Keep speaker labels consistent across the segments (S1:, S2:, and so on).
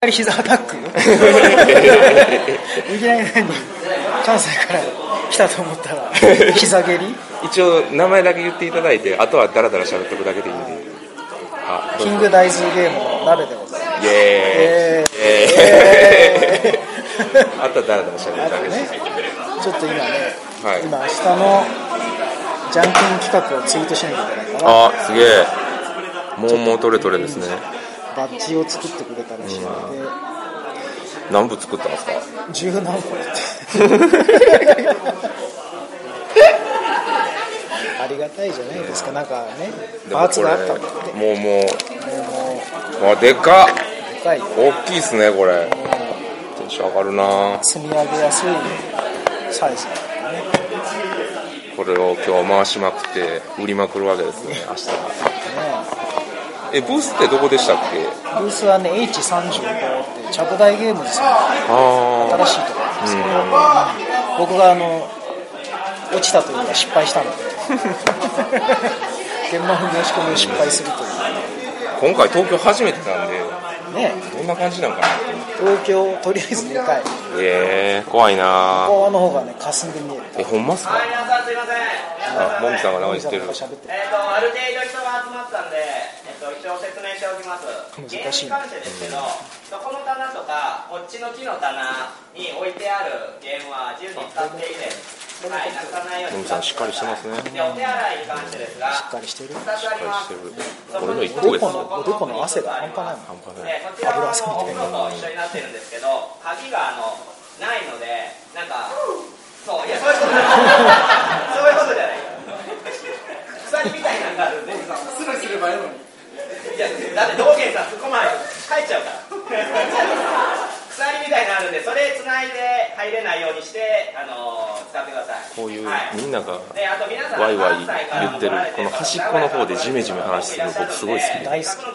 S1: なり膝アタックいきなり何関西から来たと思ったら膝蹴り
S2: 一応名前だけ言っていただいてあとはダラダラ喋っておくだけでいいんであどう
S1: キ
S2: ぞ
S1: ング大豆ゲームの鍋でございます
S2: イエーイイエ
S1: え
S2: ーイあとはダラダラ喋る
S1: あ
S2: だ
S1: と
S2: けで
S1: ねちょっと今ね、
S2: はい
S1: 今明日のジャンケン企画をツイートしなきゃいけないから
S2: あすげえもうもうトレトレですね
S1: バッジを作ってくれたらしいので、
S2: 何部作ったんですか
S1: 十何個やってありがたいじゃないですかなんかねパーツがあったんだって
S2: もうもう
S1: も
S2: あでかっ
S1: うでかい
S2: 大きいっすねこれテンション上がるな
S1: 積み上げやすいサイズ
S2: これを今日回しまくって売りまくるわけですね明日
S1: だね
S2: えブースってどこでしたっけ
S1: ブースはね H35 っていう着台ゲームですよ
S2: あ
S1: 新しいところなんですけど、僕があの落ちたというか失敗した ので現場の申し込みを失敗するとい
S2: あ今回東京初めてなんで
S1: うね
S2: どんな感じなんかなって
S1: 東京とりあえずでかい
S2: ええ怖いな
S1: ここの方がね霞んで見える
S2: えほんまっすか
S3: 皆さんすいません。え
S2: あもみさんが
S1: お
S2: 何
S1: じ
S2: 言
S1: さ
S2: っ
S1: ん
S2: てる
S1: とか喋ってる
S3: っ、とある程度人が集まったんで、えっ、と一応説明しておきます。
S1: 難しい
S3: ゲームに関してですけど、そこの棚とかこっちの木の棚に置いてあるゲームは自由に使っていいです。はい、なくさないよ
S2: も
S3: うに
S2: みさんしっかりして
S3: 使
S2: ま
S3: っ
S2: す
S3: てく
S2: ね
S3: ださいでお手洗いに関してですが、
S1: しっかりしてる
S3: 2つあります。
S2: これの一
S1: お
S2: 個
S1: で
S2: です
S1: こ
S2: よ
S1: のおでこの汗が半端ないもん
S2: 半端ない
S3: でこちらはあのお風呂と一緒になってるんですけど鍵があのないのでなんかそういやそういうことじゃないそういうことじゃない 鎖みたいなのがあるんで
S4: ス
S3: す
S4: ルすればいいのに
S3: いやだって道元さんそこまで帰っちゃうから鎖みたいなのあるんでそれ繋いで入れないようにしてあの使ってください
S2: こういう
S3: はい
S2: みんなが
S3: であと皆さん
S2: ワイワイ言ってるこの端っこの方でジメジメ話するの僕すごい好きで
S1: 大好き
S2: ね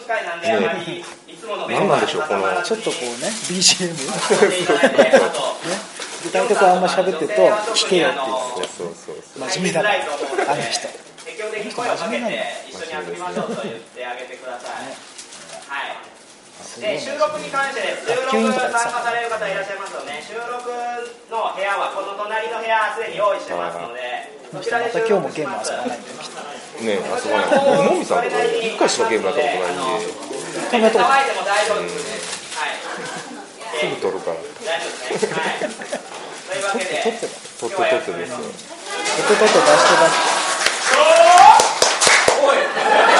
S2: 何なんでしょうこの
S1: ちょっとこうね BGM 具
S3: 具
S1: 体的にあんま喋ってると聞けよって
S2: そうそうそうそう
S1: 言って真面目だからあの人
S3: 積極的に声をかけて一緒に遊びましょうと言ってあげてください、はい
S1: すごい
S3: で収録に関してです収
S1: 急に
S3: 録
S1: とかで
S3: 参
S1: さ
S3: 加される方いらっしゃいますよね収録の部屋はこの隣の部屋すでに用意してますのでそちら
S1: ま
S3: で
S1: た
S3: 収
S1: 今
S3: 録
S1: 日もゲ
S3: し
S1: ーム
S3: ま
S1: 遊
S3: す
S1: ばないん
S2: ねえあそこ
S1: で
S2: ないもみさんと一回しかゲームやったことないんで
S1: 一回もやったことない
S3: 騒いでも大丈夫ですねはい
S2: すぐ取るから
S3: 大丈夫ですねはいというわけで
S1: 撮ってた
S2: 取って取ってですよ
S1: ポテトと出して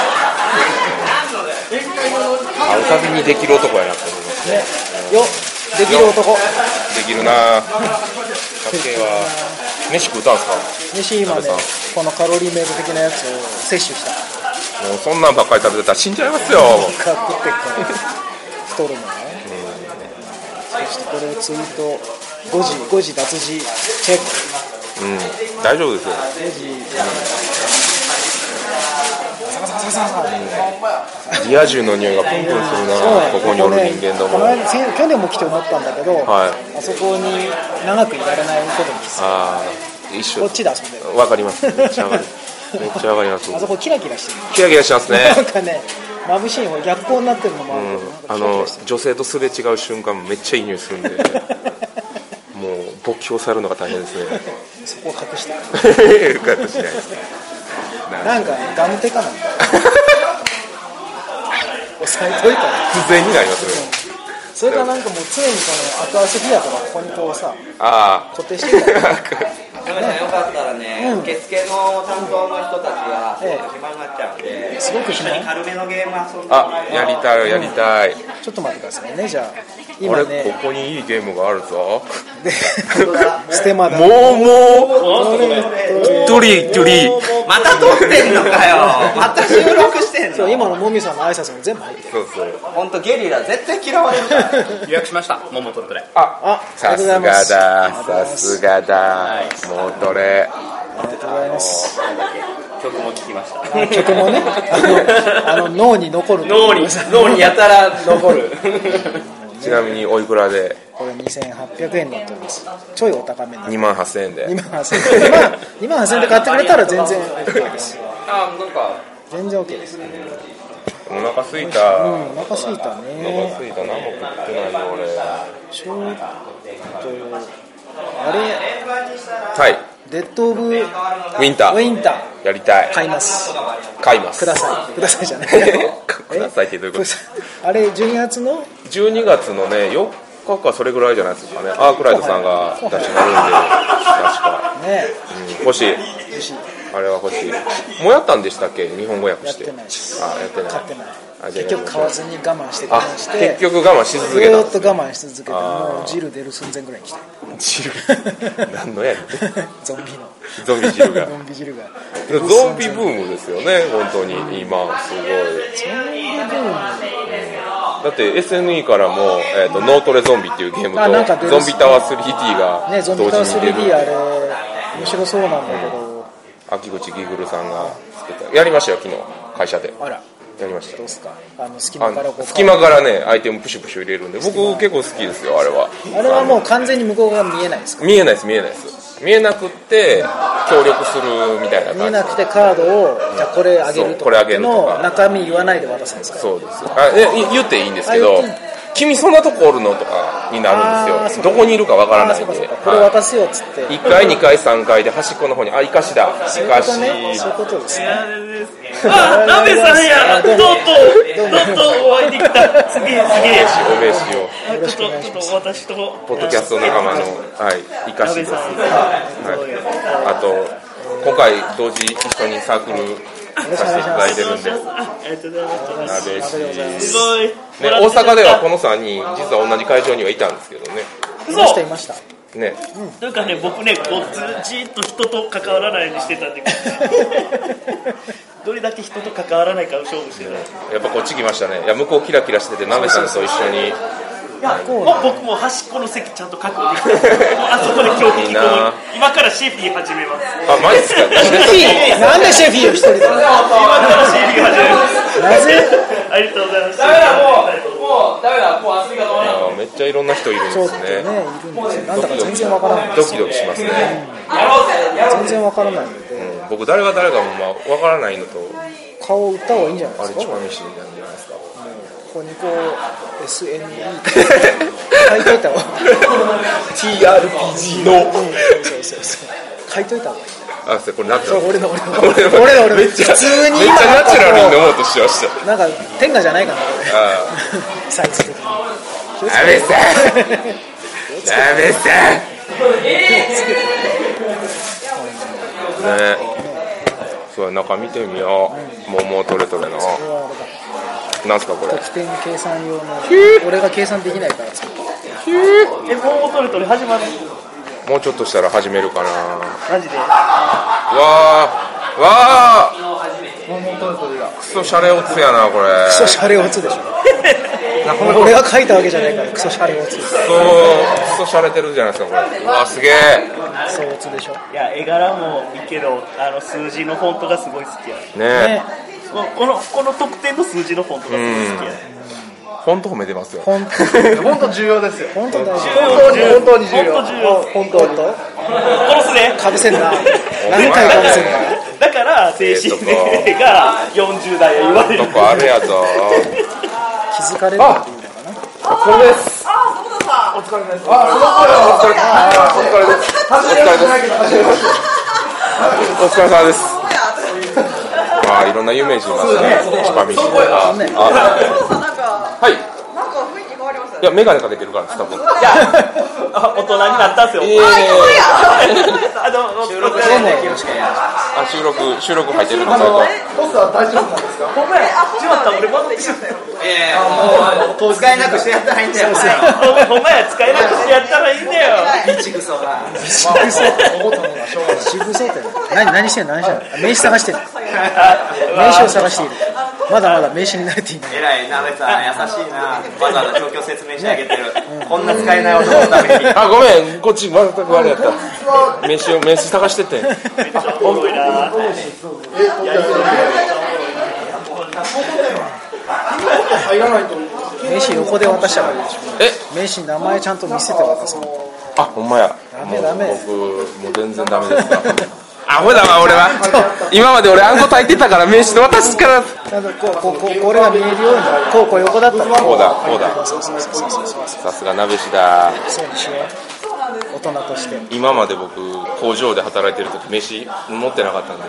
S3: 何のだよ
S2: 会うたびにできる男やなって思います
S1: 出してねよできる男
S2: できるなぁ確定は飯食うたんすか
S1: 西今ね
S2: 鍋さん
S1: このカロリーメイト的なやつを摂取した
S2: もうそんなんばっかり食べてたら死んじゃいますよ
S1: 買ってってっから太るのねそしてこれをツイート5時5時脱字チェック
S2: うん大丈夫ですよ
S1: 5時サカサカサカサカサ
S2: リア充の匂いがプンプンするなぁここにおる人間ど
S1: こ
S2: も
S1: の間先去年も来て思ったんだけど、
S2: はい
S1: あそこに長くいられないことに気づい
S2: ああ一
S1: た
S2: 緒
S1: こっちで遊んでる
S2: でわかりますめっちゃ上がるめっちゃ上がります
S1: あそこキラキラしてる
S2: キラキラしてますね
S1: なんかね眩しい方逆光になってるのもあるけど、なんか
S2: あ
S1: キラキ
S2: の
S1: ラしてる
S2: 女性とすれ違う瞬間めっちゃいい匂いするんでもう勃起をされるのが大変ですね
S1: そこを隠してる
S2: よかったしないです
S1: なんかねガムテ かなんか押さえといたら
S2: 不全になりますね
S1: それがなんかもう常にこのアクアスフィアとかここにこうさ
S2: ああ
S1: 固定してるから
S3: すみません、よかったらね、
S1: うん
S3: 受付の担当の人たちがす
S1: ええ
S3: ごく暇になっちゃうんで、
S1: すごく
S3: 一
S1: 暇
S3: 緒に軽めのゲーム遊んでもら
S2: あ
S3: え
S2: やりたいやりたい
S1: ちょっと待ってくださいねじゃあ
S2: あ
S1: 今
S2: れ
S1: ね
S2: ここにいいゲームがあるぞ
S1: で ステマだ
S2: もうもう
S1: これと
S2: ドリドリ
S3: また撮ってんのかよ、また収録してん
S1: そう
S3: の、
S1: 今のもみさんの挨拶も全部入ってる
S2: そうそう
S3: 本当、ゲリラ、絶対嫌われるから、
S4: 予約しました桃とれとれ
S2: あ
S1: あ
S2: さすがださす
S1: が
S2: がだもうどれ
S1: ありがとうございます
S4: 曲も聴きました
S1: 曲もねあのあの脳に残る
S4: 脳に脳にやたら残る
S2: ちなみにおいくらで
S1: これ2800円になっておりますちょいお高めになって
S2: 2万8000円で
S1: 2万8000円2万8000円で買ってくれたら全然 OK です
S4: あなんか
S1: 全然 OK です
S2: お腹すいた、
S1: う
S2: お
S1: んお腹すいた
S2: 腹
S1: ね
S2: すいたなもう食ってないよ俺
S1: ちょっとあれ
S2: タイ
S1: デッド・オブ・ウ
S2: ウィンタ
S1: ィ
S2: ー
S1: ンター
S2: やりたい
S1: 買います
S2: 買います
S1: くださいくださいじゃない
S2: くださいってどういうこと
S1: えあれ12月の
S2: 12月のね4日かそれぐらいじゃないですかねアークライトさんが出してはるんで
S1: ね
S2: 確か、うん、欲しいあれは欲しいもうやったんでしたっけ日本語訳
S1: やっ
S2: して
S1: てないです
S2: あやってない
S1: 買ってない
S2: あじゃあ
S1: 結局買わずに我慢して
S2: あ
S1: 我慢して
S2: 結局我慢し続
S1: ず
S2: けた
S1: ー
S2: んで
S1: っと
S2: す
S1: 我慢し続けて
S2: あー
S1: もう汁出る寸前ぐらいに来て
S2: 汁 何のやねん
S1: ゾンビの
S2: ゾンビ汁が
S1: ゾンビ汁が
S2: ゾンビブームですよね本当に今すごいだって SNE からも、えーと「ノートレゾンビ」っていうゲーム
S1: あなんか
S2: と「
S1: 出
S2: ゾ
S1: る
S2: ンビタワー 3D」
S1: ね
S2: が
S1: ゾンビタワ
S2: 同時
S1: ー
S2: に出
S1: 3D あ
S2: る
S1: れ面白そうなんだけど
S2: 秋口ギグルさんが作ったやりましたよ昨日会社で
S1: あら
S2: やりまし
S1: どう
S2: た
S1: すかあの隙
S2: あ
S1: 間からこう
S2: 隙間からねアイテムプシュプシュ入れるんで僕結構好きですよあれは
S1: あれはもう完全に向こうが見えないですか
S2: 見えないです見えないです見えなくって協力するみたいな
S1: 見え
S2: 感じ
S1: なくてカードをじゃあこれあげる
S2: そ
S1: と
S2: うこれ
S1: か
S2: あ
S1: っ
S2: げ
S1: て
S2: るとか
S1: の中身言わないで渡すんですか
S2: そうですあえい言っていいんですけ
S1: あ
S2: ど
S1: 言ってい
S2: 「君そんなとこおるの?」とかになるん
S1: あー
S2: です
S1: そ
S2: よ
S1: う
S2: ど
S1: か
S2: こにいるかわから
S1: ああ
S2: ない
S1: そ
S2: ん
S1: うか
S2: で
S1: そうかこれ渡すよっつって
S2: 1階2階3階で端っこの方に「あイカシだ
S1: そう
S2: イ
S1: いう
S2: カ
S1: こ
S2: シ
S1: とねそういうことですね
S5: あ、ラメさんや
S1: ど
S5: ど
S1: う
S5: う
S1: も
S5: とう、どうとうお会いできた。すげえ
S2: おべしを
S5: すげえ。ちょっと、ちょっと私と。
S2: ポッドキャスト仲間の、はい、イカ
S5: ラ
S2: シで
S5: メ
S2: す、
S5: さん
S2: は。
S5: そう
S2: い、
S5: よ
S2: あと今回同時一緒にサークルさせていただいてるんで
S5: あありがとうございま
S2: なべし
S5: す。すごい。
S2: ね、大阪ではこの3人実は同じ会場にはいたんですけどね
S1: いましたい
S5: 嘘
S1: ました
S2: ね
S5: なんかね、僕ね、こうずじっと人と関わらないようにしてたんで、どれだけ人と関わらないかを勝負してた。
S2: やっぱこっち来ましたねいや向こうキラキラしててなべさんと一緒に
S1: こう
S5: もう僕もう端っこの席ちゃんと確保できた。もうあそこで今日
S2: いいな
S5: 今から CP 始めます。
S2: あマジっすか
S1: シェフィーなんでシェフィーを一人で
S5: 今からシーリング始めます。
S1: なぜ
S5: ありがとうございます。
S3: ダメだ、もう、もう、ダメだ、もう遊びが止まらない。
S2: あめっちゃいろんな人いるんで
S1: ちょっ
S2: す
S1: とね
S2: ね
S1: いるんですよなんだか全然わからない
S2: ドキドキしますね、
S3: やろうぜ、やろうぜ
S1: 全。然わからないので
S2: うん僕誰が誰かもまあ分からないのと
S1: 顔を売った方がいいんじゃないで
S2: あ
S1: す
S2: れ
S1: か
S2: チョアミシみたいなんじゃないですか
S1: ここにこう SNE 書いといた方 が
S2: TRPG の
S1: そうそうそう書いといた方がいい
S2: あすいませんこれナチュ
S1: そ
S2: ラ
S1: う
S2: ル
S1: 俺の俺の
S2: 俺の
S1: 俺の俺の
S2: めっちゃ
S1: 普通に
S2: めっち
S1: 今
S2: ゃナチュラルに飲もうとしてました
S1: なんか天下じゃないかなこれ
S2: あ
S1: サイズ的に
S2: ーナ ベさんナベさんねそうや中見てみよう桃トレトレななんすかこれ
S1: 得点計算 用の俺が計算できないから作った
S5: え、もうトレトレ始まる。
S2: もうちょっとしたら始めるかなわ
S5: マジで。
S2: あわあクソシャレオツやなこれ
S1: クソシャレオツでしょ俺が書いたわけじゃないからクソシャレオツ
S2: クソクソシャレてるじゃないですかこれうわすげえ
S1: クソオツでしょ
S5: いや、絵柄もいいけど、あの数字のフォントがすごい好きや。
S2: ね
S1: ね
S2: え
S5: もうこの、この得点の数字のフォントがすごい好きや。
S2: ほんと褒めてますよ
S1: 本
S6: 本当重要ですよ
S1: 当本当大事
S5: 本
S6: 当に本当に重要
S5: 本当重要。
S1: 本当と
S5: 殺すね。
S1: かぶせんな何
S2: 何
S1: 回
S2: 回か
S1: か
S2: ぶ
S1: ぶせ
S2: せ
S1: ん
S2: ん
S1: な
S2: な
S5: だから、精神年齢が40代や言われ
S2: ど
S5: る。
S2: こあるやぞ
S1: 気づかれるっていうのかな
S2: これですあそこだお疲れ様ですあそこだお疲れ様ですお疲れ様ですまあいろんな有名人いますねチュパミシとか
S1: ね
S2: あ
S7: なんか、
S2: はい
S7: なんか雰囲気変わりました
S2: い
S7: ね。
S2: や眼鏡かけてるからです多分
S5: あ大人になったんすよ。あの、収録
S1: でも
S2: あ収録収録入ってるのちゃん
S6: ポ
S2: と
S6: スター大丈夫なんですか
S5: しまった、俺戻ってきた。
S3: えー、もう、使えなくしてやったらいいんだよ。
S5: ほんまや、使えなくしてやったらいいんだよ。
S3: ビチクソが。
S1: 渋そう渋そうって何何してんの何してんのあ名刺探してる名刺を探しているまだまだ名刺に慣れていない
S3: えらい、なべさん、優しいな。わざわざ状況説明してあげてる。こんな使えない男のために。
S2: あ、ごめん、こっち全くあれやった。名刺を、名刺探してて。
S5: おもろいな。
S6: あいらないと思う
S1: 名刺横で渡したからでしょ
S2: え、
S1: 名刺名前ちゃんと見せて渡そう
S2: あ、ほんまや。
S1: ダメダメ
S2: もう僕、もう全然ダメですか。アホだわ俺は今まで俺あんこ炊いてたから名刺の私から
S1: ちゃんとこうこうこうこれが見えるようにこうこう横だったら
S2: こうだこうだ
S1: そうそうそうそうそう
S2: さすが鍋師だ
S1: そうにしよう大人として
S2: 今まで僕工場で働いてる時飯持ってなかったんで、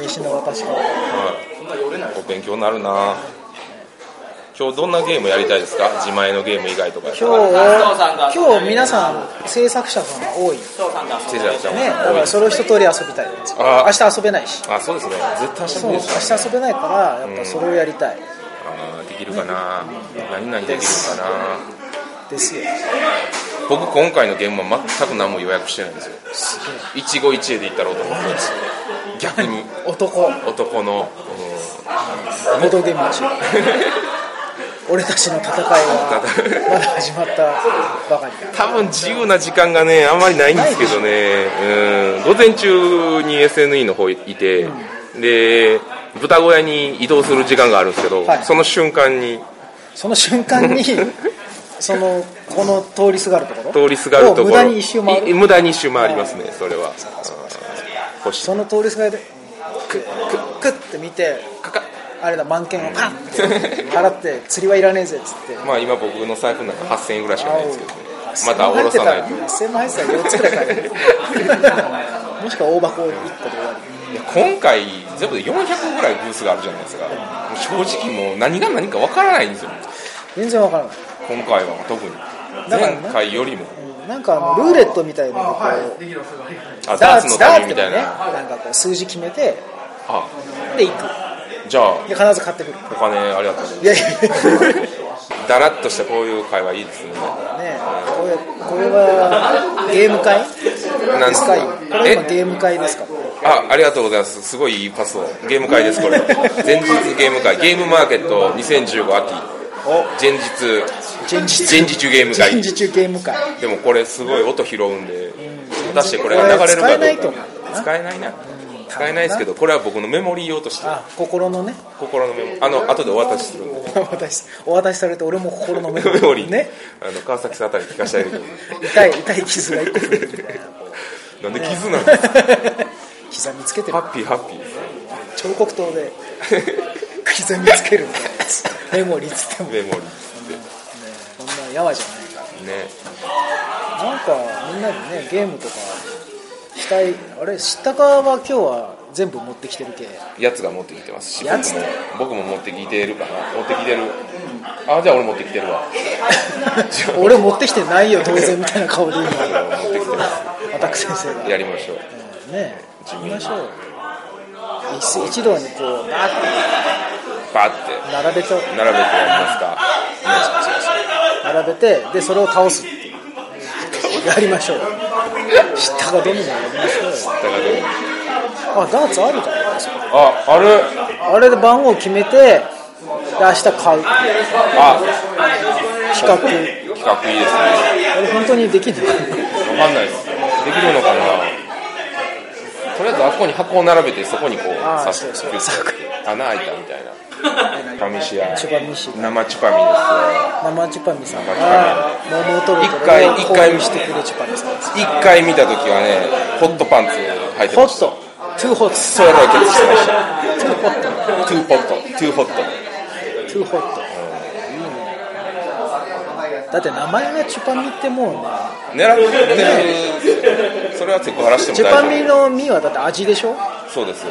S1: 名刺の私が
S2: はい、お勉強になるな今日どんなゲームやりたいですか自前のゲーム以外とか
S1: 今日は今日皆さん制作者さんが多いね
S2: 手品ちゃん
S1: だからそれを一通り遊びたい
S2: あー
S1: 明日遊べないし
S2: あそうですね絶対
S1: そう明日遊べないからやっぱそれをやりたい
S2: あーできるかな何々できるかな
S1: ですよ
S2: 僕今回のゲームは全く何も予約してないんですよ一期一会で行ったろうと思ってます逆に
S1: 男
S2: 男の、
S1: ボー ドゲーム中俺たちの戦いはまだ始まったばかりだ
S2: うん多分自由な時間がねあんまりないんですけどねうん午前中に SNE の方いて、で豚小屋に移動する時間があるんですけど、
S1: はい
S2: その瞬間に
S1: その瞬 間にそのこの通りすがるところ
S2: 通りすがるところ
S1: を無駄に一周回
S2: い
S1: る
S2: 無駄に一周回りますねそれはうん欲しい
S1: その通りすがりでクックックッって見てあれだ満券をパンって払って釣りはいらねえぜっつって
S2: まあ今僕の財布の中8000円ぐらいしかないんですけどねまた
S1: そん
S2: 下
S1: 入
S2: ろ
S1: っ
S2: さ
S1: てた
S2: な
S1: ら
S2: いと
S1: 1000万入ってたら4つくらい買えるもしくは大箱1個で終わ
S2: いや今回全部で400ぐらいブースがあるじゃないですかもう正直もう何が何かわからないんですよ
S1: り全然わからない
S2: 今回は特に
S1: だからね
S2: 前回よりも
S1: うんなんかあのルーレットみたいなのをこう
S2: あダーツの旅みたい
S1: ダーツダーツとかね
S2: な
S1: なんかこう数字決めて
S2: あ
S1: で行く
S2: じゃあ
S1: で必ず買ってくる
S2: お金ありがとうござい
S1: いやいやいや
S2: ますだらっとしたこういう会話いいですね
S1: ねえこれこれはゲーム会
S2: なん
S1: ですかこれ今
S2: え
S1: ゲーム会ですか
S2: あありがとうございますすごいいいパスをゲーム会です これ前日ゲーム会ゲームマーケット2015秋前日
S1: 前日
S2: 前日ゲーム
S1: 前
S2: 会
S1: 日中ゲーム会
S2: でもこれすごい音拾うんで果たしてこれが流れるか
S1: これ使えない
S2: ど
S1: と
S2: う
S1: 思
S2: か
S1: う
S2: 使えないな使えないですけどこれは僕のメモリー用として
S1: あ心のね
S2: 心のメモあの後でお渡しするんで
S1: お渡しお渡しされて俺も心のメ
S2: メモリー
S1: ね
S2: あの川崎さんあたり聞かせてあげてく だ
S1: 痛い痛い傷が一個増えるみたいな
S2: さいなんで傷なんですか
S1: 膝見つけて
S2: ハ
S1: る
S2: ッピーハッピー
S1: 彫刻刀で 膝見つけるんだよメモリーっつっても
S2: メモリーっ
S1: こんなやわじゃないか
S2: てね
S1: らなんかみんなでねゲームとかしたいあれ知ったかは今日は全部持ってきて る系
S2: やつが持ってきてますし
S1: やつ
S2: 僕も僕も持ってきてるかな持ってきてるあじゃあ俺持ってきてるわ
S1: 俺持ってきてないよ当然みたいな顔で今
S2: 持ってきてます
S1: アタック先生がね
S2: やりましょう
S1: え行きましょう一一堂にこうバーッ
S2: バーって
S1: て並べて
S2: 並べてやりますか
S1: 並べてでそれを倒すっていうやりましょう知ったかどんどんやりましょう
S2: だからどう
S1: あダーツあるじゃないですか
S2: ああれ
S1: あれで番号決めてで明日買う
S2: あ
S1: 企画あ
S2: 企画いいですね
S1: れ本当にできるのかな
S2: わかんないです。できるのかな。とりあえずあそこに箱を並べてそこにこう
S1: あー
S2: 刺し
S1: そう
S2: て
S1: そう
S2: ピュッて穴開いたみたい な。ファミシア。
S1: チュパミシ
S2: 生チュパミで
S1: 生チュパミさん
S2: 生チュ
S1: が桃を取るとこ
S2: 一回
S1: ろを
S2: 一回
S1: 購入してくるチュパミさんです
S2: す。一回見た時はね、ホットパンツ履いて
S1: ホ
S2: まし
S1: ッ
S2: た。
S1: トトゥーホット
S2: ソロケツしてました。トゥーポット。トゥーホット。
S1: トゥーホットいいねだって名前がチュパミってもうね
S2: 狙う狙う。それはセクハラしても
S1: チュパ
S2: 大丈
S1: ミのミはだって味でしょ
S2: 夫。そうです。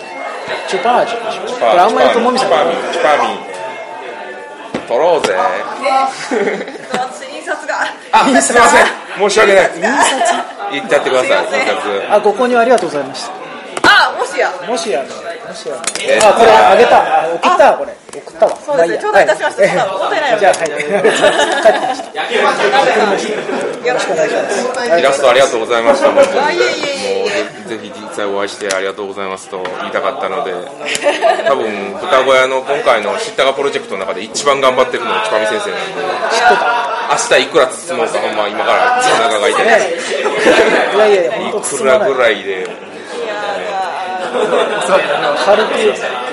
S1: チュパ味でしょこれあんまりともみさん
S2: チュパミ。チュパミ。取ろうぜ。
S7: 私印刷が
S2: あ、すみません。申し訳ない。
S1: 印刷
S2: 行っちゃってください。印刷。
S1: あご購入ありがとうございました
S7: あもしや
S1: もしやねもしやねあこれあげたあ送ったわこれ送ったわ
S7: そうですね頂戴いたしましたそうだ問題ないよね
S1: じゃあはい帰ってきました
S7: よろしくお願いします
S2: イラストありがとうございました。もう
S7: あいえいえいえ
S2: もうぜぜひ実際お会いしてありがとうございますと言いたかったので、多分双子屋の今回の知ったかプロジェクトの中で一番頑張ってるのは千葉美先生なんで、明日いくら包もうか、ほんま今からお腹が痛いで
S1: いやいやいや本当
S2: す。い
S1: 包
S2: く
S1: ま
S2: ら
S1: ない
S2: ぐらいで、
S1: 軽く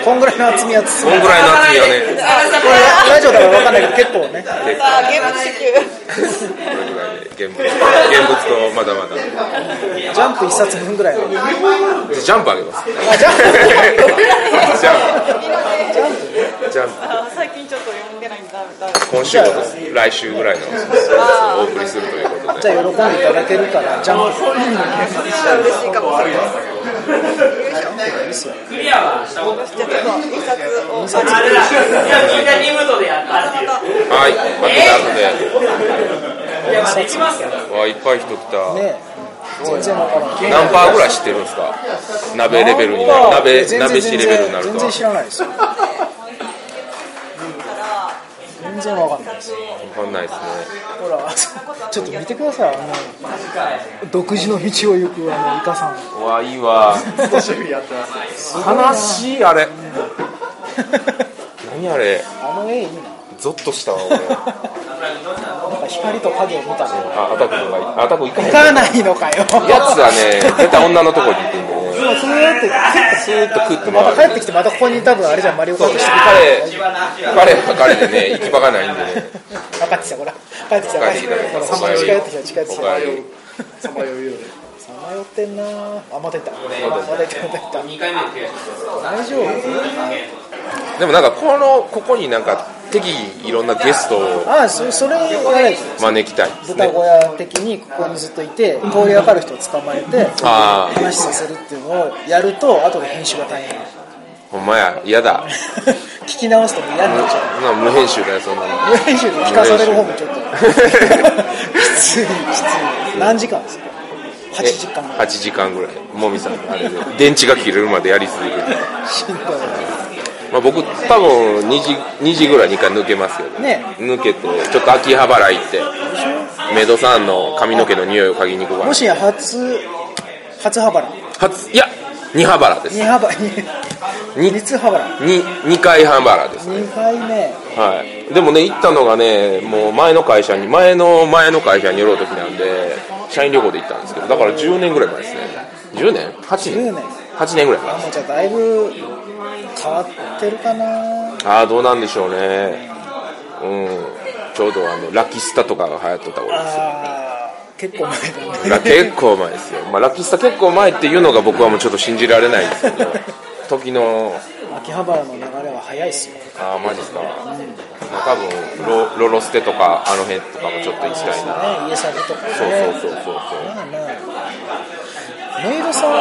S1: こんぐらいの厚みは
S2: こ
S1: 包
S2: ん
S1: まない
S2: ぐらいの厚みはね、
S1: これラジオだから分かんないけど結構ね
S7: さあゲーム支給
S2: これぐらいで現物現物とまだまだ。じゃ
S1: ジャンプ一冊分ぐらいの。
S2: あジャンプあげます。
S1: あ、ジャンプ
S2: ジャンプ。ジャンプ。
S7: あ最近ちょっと読んでないんだだ
S2: 今週ごと来週ぐらいのお送りするということ
S1: じ
S2: で
S1: ゃあ喜んでいただけるから、ジャンプ。
S7: 嬉しいかもしれない
S3: クリアはしたこと
S7: じゃあちょっと一冊をあ
S3: あれだいやみんなリムトでやったっていう
S2: はいまた
S3: いやまあできますよ
S2: 後でわあいっぱい人来た
S1: ね全然わからん。
S2: 何パーぐらい知ってるんですか鍋レベルになる鍋
S1: 全然
S2: 鍋師レベルになる
S1: 全
S2: と
S1: 然知らないですよ。全然わかんないです。
S2: 分かんないですね
S1: ほら、ちょっと見てください、あの、独自の道を行く、あの、イカさん。
S2: うわいいわ
S6: 少しやってます。
S2: 悲しいあれ何あれ
S1: あの絵いいな。
S2: ゾッとしたわ俺
S1: なんか光と影を見たね。
S2: あアタックのがいいあアタック行かへん
S1: 行
S2: や
S1: かないのかよ。
S2: つはね出た女のとこに行くんでね
S1: そうやって、
S2: ずーっと食って
S1: ま
S2: 回
S1: た
S2: る
S1: 帰ってきて、またここに多分あれじゃん、マリオカートしてく
S2: 彼彼は彼でね行き場がないんでね
S1: る。分かってきた、ほら。帰ってきた、
S2: 帰ってきたね
S1: ほら。
S2: おかえり
S1: 近寄ってきた、近寄ってき
S2: おかえ
S1: た。
S2: り
S6: さまようようで。
S1: さまよってんなぁ。あ、また行った。また行った、また行った。
S4: 2回目で
S1: 大丈夫
S2: でもなんかこのここになんか適宜いろんなゲストを
S1: あ、そそれ、あれ、
S2: 招きたいです
S1: 豚
S2: ね
S1: 小屋的にここにずっといて、こういうわかる人を捕まえて、
S2: ああ
S1: 話させるっていうのをやると、後で編集が大変。
S2: ほんまや嫌だ
S1: 聞き直すともう嫌になっちゃう。
S2: そんな無編集だよそんなの
S1: 無編集で聞かされる方もちょっときついきつい何時間ですか8時間ぐらい
S2: 8時間ぐらいもみさんのあれで電池が切れるまでやり続ける、
S1: しんどい
S2: まあ、僕多分2時 ,2 時ぐらい2回抜けますけど
S1: ね
S2: 抜けてちょっと秋葉原行ってメイドさんの髪の毛の匂いを嗅ぎに行こうか
S1: も
S2: な
S1: しや初初羽原
S2: 初いや2羽原です
S1: 二羽原二二つ羽原
S2: 2, 二回半原です
S1: 二回目
S2: はい、でもね行ったのがねもう前の会社に前の前の会社に寄ろうときなんで社員旅行で行ったんですけどだから10年ぐらい前ですね10年 ?8
S1: 10
S2: 年
S1: 年も
S2: 8年ぐらいか
S1: うじゃあだいぶ変わってるかな
S2: なああどうなんでしょうねうんちょうどあのラキスタとかが流行っとった頃です
S1: あー結構前だね
S2: ラ結構前ですよ、まあ、ラキスタ結構前っていうのが僕はもうちょっと信じられないですけど時の
S1: 秋葉原の流れは早いっすよ
S2: ああマジっすか、まあ、多分ロロロステとかあの辺とかもちょっと行きたいな
S1: ね家サブとかね
S2: そうそうそうそうそう
S1: まあねメイドさん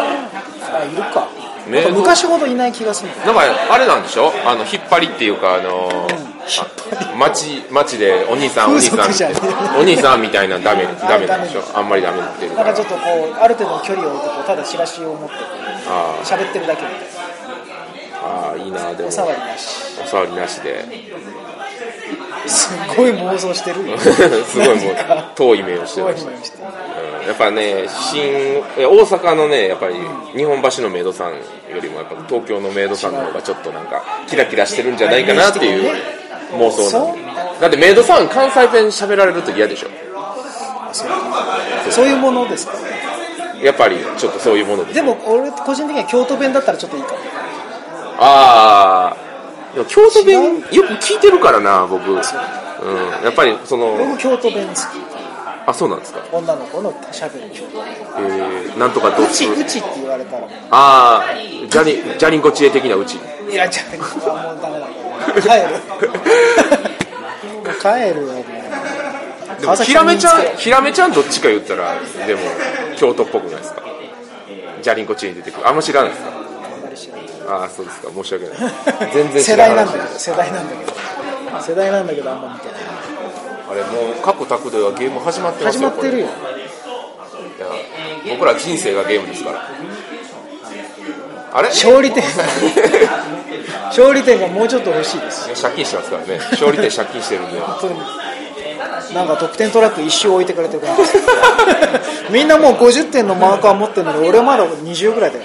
S1: あいるか
S2: メイド
S1: 昔ほどいない気がする
S2: なんかあれなんでしょあの引っ張りっていうかあのあ町町でお兄さんお兄さん
S1: 風俗じゃね
S2: ってお兄さんみたいなのダメダメなんでしょあんまりダメっていう
S1: な
S2: か
S1: んからちょっとこうある程度の距離を置いてこうただチラシを持ってこう
S2: あ
S1: 喋ってるだけみたいな
S2: ーあーいいなでも
S1: お触りなし
S2: お触りなしで
S1: すっごい妄想してるよ
S2: すごいもう
S1: なんか
S2: 遠い目をして
S1: 怖い
S2: ま
S1: も
S2: した、うん
S1: んして
S2: やっぱね新え大阪のねやっぱり日本橋のメイドさんよりもやっぱ東京のメイドさんの方がちょっとなんかキラキラしてるんじゃないかなっていう妄想なんでだってメイドさん関西弁喋られると嫌でしょ
S1: そういうものですか
S2: やっぱりちょっとそういうものです
S1: でも俺個人的には京都弁だったらちょっといいかも
S2: ああ、でも京都
S1: 違
S2: 弁よく聞いてるからな、僕。うん、やっぱりそ
S1: 俺も
S2: の、
S1: 京都弁好き
S2: あ、そうなんですか。
S1: 女の子の喋る京都弁
S2: えー、なんとかどっ
S1: う
S2: ち
S1: ち。うちって言われたら
S2: ああ、じゃり、じゃりんこ知恵的なうち。
S1: いやじゃあもうダメだ帰るもう帰るよもう
S2: でも、ひらめち ゃん、ひらめちゃんどっちか言ったら、でも、京都っぽくないですか。じゃりんこ知恵に出てくる。あんま知らないですか。ああ、そうですか。申し訳ない。全然知
S1: 世
S2: らな
S1: 代ないん。だけど世代なんだけど世代なんだけどあんま見てない
S2: あれ、もう、過去拓ではゲーム始まってます
S1: 始
S2: よ。
S1: まってるよ
S2: これいや僕ら人生がゲームですから。あれ
S1: 勝利点勝利点がもうちょっと欲しいです
S2: 借金してますからね、勝利点借金してるんで、
S1: 本当になんか得点トラック一周置いてくれてる感じですみんなもう50点のマーカー持ってるのに俺まだ20ぐらいだよ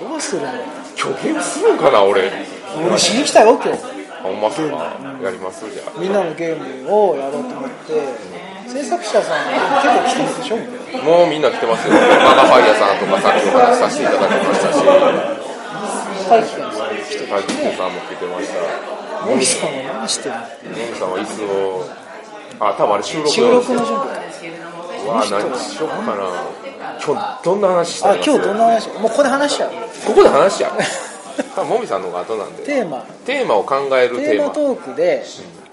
S1: どうするの
S2: 今日ゲームするんかな、俺、
S1: 俺しに来たよ今日
S2: ほんまっすか、やりますじゃ
S1: みんなのゲームをやろうと思って制作者さん結構来てるでしょ
S2: あ、もうみんな来てますよ、マガファイヤさんとかさっきお話しさせていただきましたし、
S1: 大輝くんさん来て
S2: 大樹さんも来てました、
S1: モミさんは何してるの
S2: モミさんは椅子を、あ、多分あれ収録
S1: 収録
S2: なん
S1: の
S2: です
S1: 準備か
S2: わあ何しよっかな今日どんな話した
S1: あ
S2: い
S1: 今日どんな話もうここで話しちゃう
S2: ここで話しちゃうもみさんの方が後なんで
S1: テーマ
S2: テーマを考える
S1: テ
S2: テ
S1: ー
S2: ー
S1: マ
S2: マ
S1: トークで